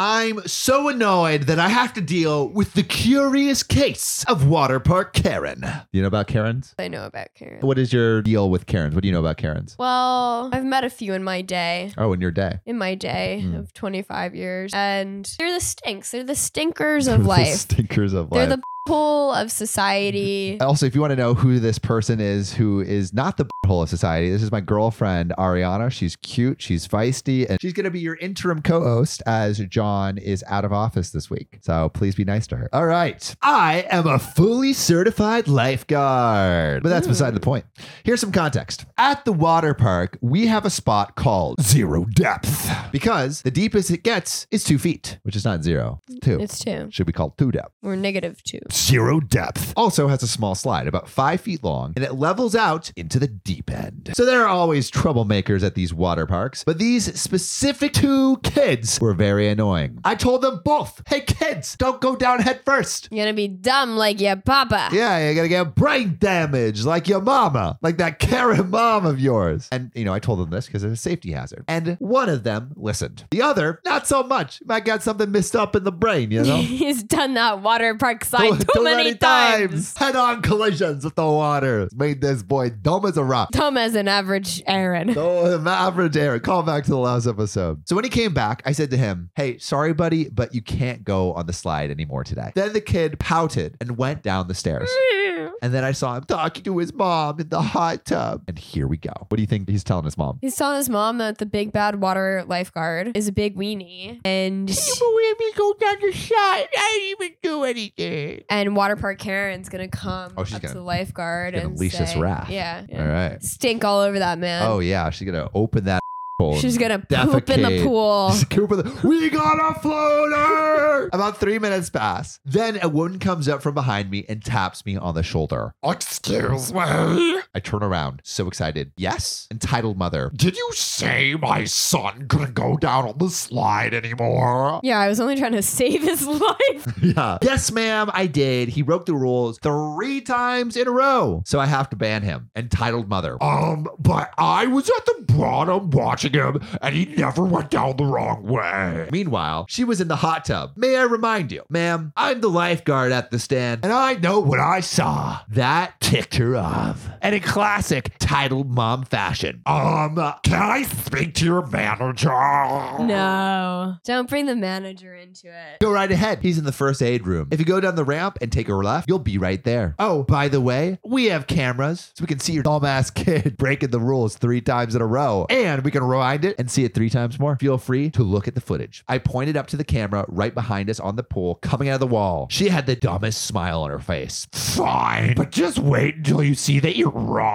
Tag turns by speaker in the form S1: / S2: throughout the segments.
S1: I'm so annoyed that I have to deal with the curious case of Water Park Karen. You know about Karens?
S2: I know about Karen.
S1: What is your deal with Karens? What do you know about Karens?
S2: Well, I've met a few in my day.
S1: Oh, in your day.
S2: In my day
S1: Mm.
S2: of 25 years. And they're the stinks. They're the stinkers of
S1: The
S2: life.
S1: stinkers of
S2: They're
S1: life.
S2: the hole of society.
S1: also, if you want to know who this person is who is not the hole of society, this is my girlfriend, Ariana. She's cute, she's feisty, and she's going to be your interim co host as John is out of office this week. So please be nice to her. All right. I am a fully certified lifeguard, but that's beside the point. Here's some context. At the water park, we have a spot called zero depth because the deepest it gets is two feet, which is not zero, it's two.
S2: It's two.
S1: Should be called two depth
S2: We're negative two.
S1: zero depth. Also has a small slide, about five feet long, and it levels out into the deep end. So there are always troublemakers at these water parks, but these specific two kids were very annoying. I told them both, hey kids, don't go down head first.
S2: You're gonna be dumb like your papa.
S1: Yeah, you're gonna get brain damage like your mama, like that Karen mom of yours. And you know, I told them this because it's a safety hazard. And one of them listened. The other, not so much. Might got something messed up in the brain, you know?
S2: He's done that water park slide too, many, times.
S1: Head on collisions with the water. Made this boy dumb as a rock.
S2: Dumb as an average Aaron.
S1: Oh, the average Aaron. Call back to the last episode. So when he came back, I said to him, Hey, sorry, buddy, but you can't go on the slide anymore today. Then the kid pouted and went down the stairs. And then I saw him talking to his mom in the hot tub. And here we go. What do you think he's telling his mom?
S2: He's telling his mom that the big bad water lifeguard is a big weenie and
S1: let me go down the slide. I didn't even do anything.
S2: and water park Karen's gonna come
S1: Oh, she's
S2: up
S1: gonna-
S2: to the lifeguard
S1: she's gonna
S2: and
S1: leash this
S2: say-
S1: wrath.
S2: Yeah, yeah.
S1: All right.
S2: Stink all over that man.
S1: Oh, yeah. She's going to open that. hole and
S2: she's gonna poop in
S1: Oh, defecate.
S2: the pool.
S1: Scoop of the- we got a floater. About three minutes pass. Then a woman comes up from behind me and taps me on the shoulder. Excuse me. I turn around, so excited. Yes, entitled mother. Did you say my son couldn't go down on the slide anymore?
S2: yeah, I was only trying to save his life.
S1: Yeah. Yes, ma'am, I did. He broke the rules three times in a row. So I have to ban him. Entitled mother. Um, but I was at the bottom watching him and he never went down the wrong way. Meanwhile, she was in the hot tub. May I remind you, ma'am, I'm the lifeguard at the stand and I know what I saw. That ticked her off. And in classic titled mom fashion. Um, can I speak to your manager?
S2: no, don't bring the manager into it.
S1: Go right ahead. He's in the first aid room. If you go down the ramp and take a left, you'll be right there. Oh, by the way, we have cameras so we can see your dumbass kid breaking the rules three times in a row. And we can rewind it and see it three times more. Feel free to look at the footage. I pointed up to the camera right behind us on the pool coming out of the wall. She had the dumbest smile on her face. Fine, but just wait until you see that you're wrong.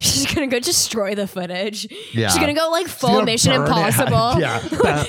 S2: She's gonna go destroy the footage.
S1: Yeah.
S2: She's gonna go like full Mission
S1: Burn it.
S2: Impossible. uh,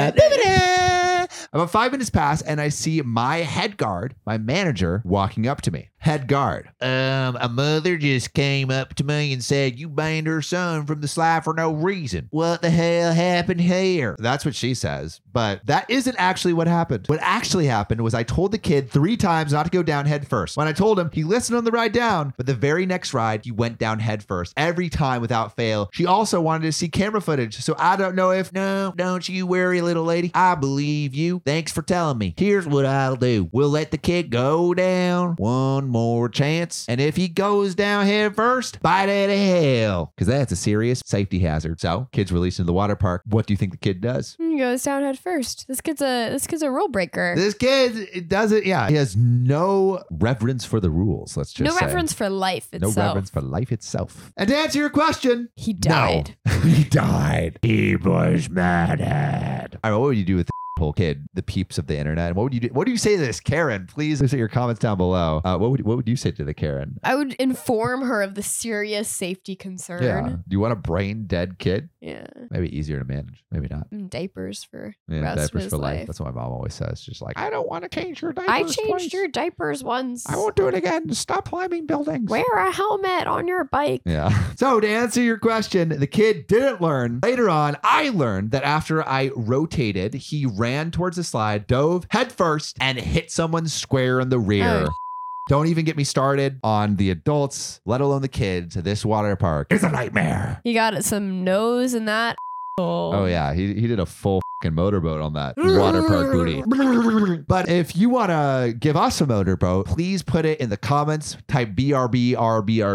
S1: Yeah. About five minutes pass, and I see my head guard, my manager, walking up to me. Head guard. Um, a mother just came up to me and said, You banned her son from the slide for no reason. What the hell happened here? That's what she says, but that isn't actually what happened. What actually happened was I told the kid three times not to go down head first. When I told him, he listened on the ride down, but the very next ride, he went down head first every time without fail. She also wanted to see camera footage, so I don't know if no, don't you worry, little lady. I believe you. Thanks for telling me. Here's what I'll do. We'll let the kid go down one more chance, and if he goes down head first, bite it to hell, because that's a serious safety hazard. So, kids released into the water park. What do you think the kid does?
S2: He goes down head first. This kid's a this kid's a rule breaker.
S1: This kid it doesn't. Yeah, he has no reverence for the rules. Let's just
S2: no
S1: say.
S2: reverence for life itself.
S1: No reverence for life itself. And to answer your question,
S2: He died.
S1: No. he died. He was murdered. All right, what would you do with the whole kid, the peeps of the internet? What would you do? What do you say to this Karen? Please leave your comments down below. Uh, what would what would you say to the Karen?
S2: I would inform her of the serious safety concern.
S1: Do you want a brain dead kid?
S2: Yeah.
S1: Maybe easier to manage. Maybe not.
S2: And diapers for
S1: Yeah,
S2: rest of
S1: diapers
S2: his
S1: for life.
S2: life.
S1: That's what my mom always says. She's like, I don't want to change your diapers.
S2: I changed
S1: twice.
S2: your diapers once.
S1: I won't do it again. Stop climbing buildings.
S2: Wear a helmet on your bike.
S1: Yeah. So to answer your question, the kid didn't learn. Later on, I learned that after I rotated, he ran towards the slide, dove headfirst, and hit someone square in the rear.
S2: Oh.
S1: Don't even get me started on the adults, let alone the kids. This water park is a nightmare.
S2: He got some nose in that
S1: Oh yeah, he, he did a full fucking motorboat on that water park booty. But if you want to give us a motorboat, please put it in the comments. Type BRB,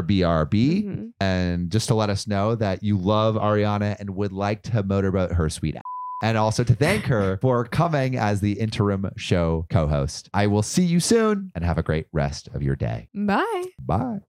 S1: RBRBRB,
S2: Mhm.
S1: and just to let us know that you love Ariana and would like to motorboat her sweet ass. And also to thank her for coming as the interim show co host. I will see you soon and have a great rest of your day.
S2: Bye.
S1: Bye.